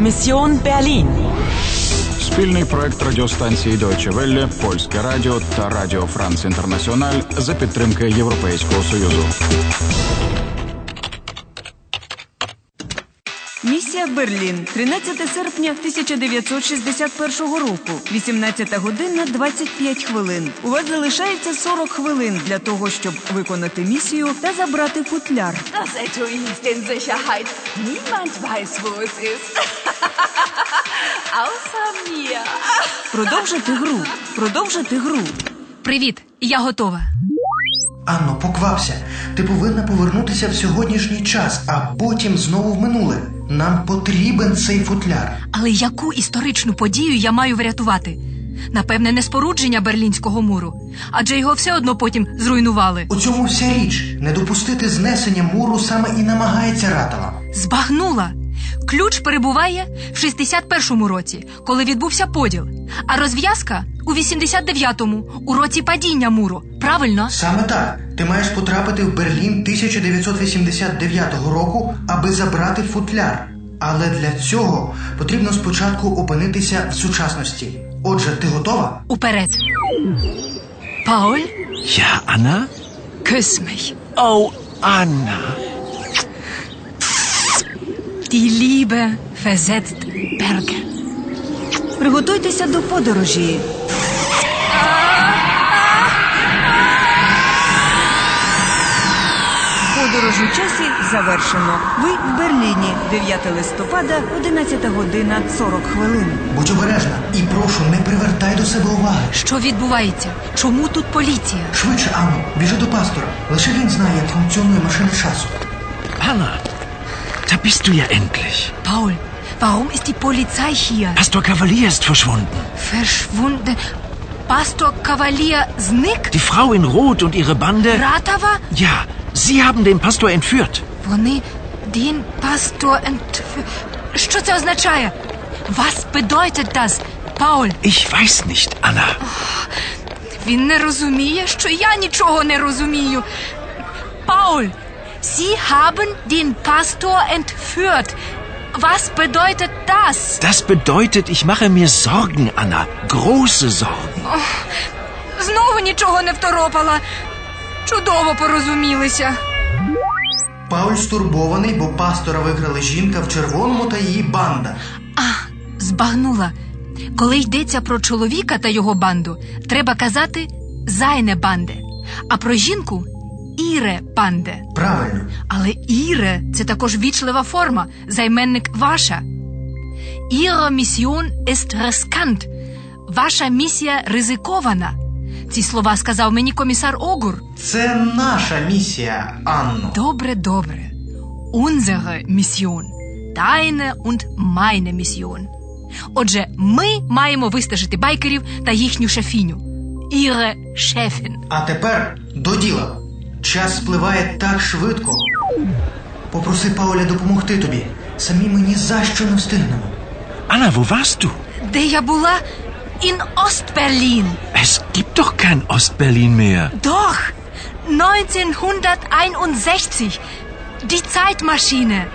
Mission Berlin. Спільний проект радіостанції Deutsche Welle, Польське Радіо та Радіо Франц Інтернаціональ за підтримки Європейського Союзу. Місія Берлін, 13 серпня 1961 року, 18 година 25 хвилин. У вас залишається 40 хвилин для того, щоб виконати місію та забрати футляр. Das Etui ist in Sicherheit. Niemand weiß, wo es ist. Außer mir. Продовжити гру. Продовжити гру. Привіт, я готова. Анно, поквапся. Ти повинна повернутися в сьогоднішній час, а потім знову в минуле. Нам потрібен цей футляр. Але яку історичну подію я маю врятувати? Напевне, не спорудження Берлінського муру, адже його все одно потім зруйнували. У цьому вся річ. Не допустити знесення муру саме і намагається Ратала. Збагнула. Ключ перебуває в 61-му році, коли відбувся поділ, а розв'язка у 89-му, у році падіння муру. Правильно? Саме так. Ти маєш потрапити в Берлін 1989 року, аби забрати футляр. Але для цього потрібно спочатку опинитися в сучасності. Отже, ти готова? Уперед. Пауль, Ja, Anna? küss mich. Oh, Anna. Die Liebe versetzt Berge. Приготуйтеся до подорожі. Подорож у часі завершено. Ви в Берліні 9 листопада, 11 година 40 хвилин. Будь обережна і прошу, не привертай до себе уваги. Що відбувається? Чому тут поліція? Швидше, Анно, біжи до пастора. Лише він знає, як функціонує машина часу. Anna, da bist du ja endlich. Paul, warum ist die Polizei hier? Pastor Cavalier ist verschwunden. Verschwunden. Pastor Kavalier зник? Die Frau in Rot und ihre Bande. Ratava? Ja, sie haben den Pastor entführt. Вони den Pastor ent... Що це означає? Was bedeutet das, Paul? Ich weiß nicht, Anna. Він не розуміє, що я нічого не розумію. Paul, Sie haben den Pastor entführt. Was bedeutet das? Das bedeutet, ich mache mir Sorgen, Anna. Große Sorgen. Знову нічого не второпала. Чудово порозумілися. Пауль стурбований, бо пастора виграли жінка в червоному та її банда. А, збагнула. Коли йдеться про чоловіка та його банду, треба казати зайне банде, а про жінку іре банде. Правильно, Але іре це також вічлива форма, займенник ваша. Ihre Mission ist riskant. Ваша місія ризикована. Ці слова сказав мені комісар Огур. це наша місія, Анно. Добре, добре. Unsere Mission. Deine und meine Mission. Отже, ми маємо вистежити байкерів та їхню шефіню. Ihre Chefin. А тепер до діла. Час спливає так швидко. Попроси Пауля допомогти тобі. Самі ми ні за що не встигнемо. Anna, wo warst du? Де я була? In Ostberlin. Es gibt doch kein Ostberlin mehr. Doch. 1961. Die Zeitmaschine.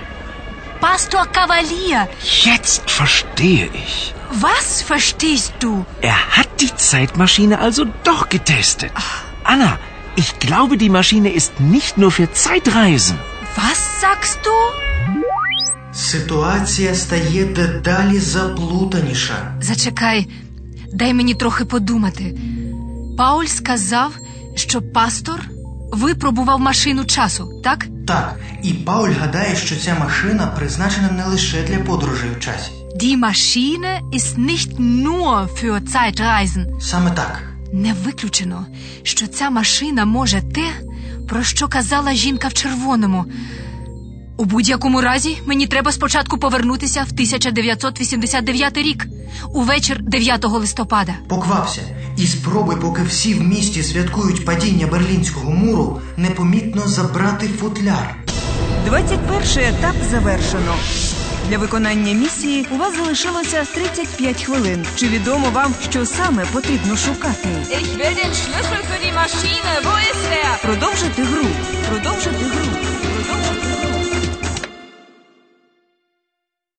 Pastor Cavalier. Jetzt verstehe ich. Was verstehst du? Er hat die Zeitmaschine also doch getestet. Anna, ich glaube, die Maschine ist nicht nur für Zeitreisen. Was sagst du? Ситуація стає дедалі заплутаніша. Зачекай, дай мені трохи подумати. Пауль сказав, що пастор випробував машину часу, так? Так, і Пауль гадає, що ця машина призначена не лише для подорожей в часі. Die Maschine ist nicht nur für Zeitreisen. Саме так. Не виключено, що ця машина може те, про що казала жінка в червоному. У будь-якому разі мені треба спочатку повернутися в 1989 рік, увечір 9 листопада. Поквапся і спробуй, поки всі в місті святкують падіння Берлінського муру, непомітно забрати футляр. 21 етап завершено. Для виконання місії у вас залишилося 35 хвилин. Чи відомо вам, що саме потрібно шукати? Ich will den Schlüssel für die Maschine. Äh, Wo ist er? Продовжити гру. Продовжити гру.